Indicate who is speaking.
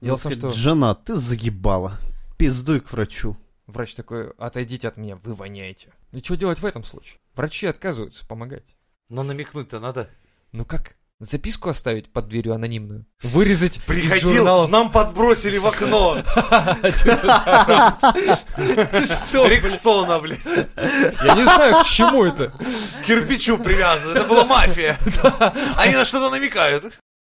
Speaker 1: Дело в том, что... Жена, ты загибала. Пиздуй к врачу.
Speaker 2: Врач такой, отойдите от меня, вы воняете. И что делать в этом случае? Врачи отказываются помогать.
Speaker 3: Но намекнуть-то надо.
Speaker 2: Ну как? Записку оставить под дверью анонимную? Вырезать из
Speaker 3: Приходил,
Speaker 2: журналов?
Speaker 3: нам подбросили в окно
Speaker 2: Что?
Speaker 3: Риксона, блин.
Speaker 2: Я не знаю, к чему это.
Speaker 3: К кирпичу привязан. Это была мафия. Они на что-то намекают.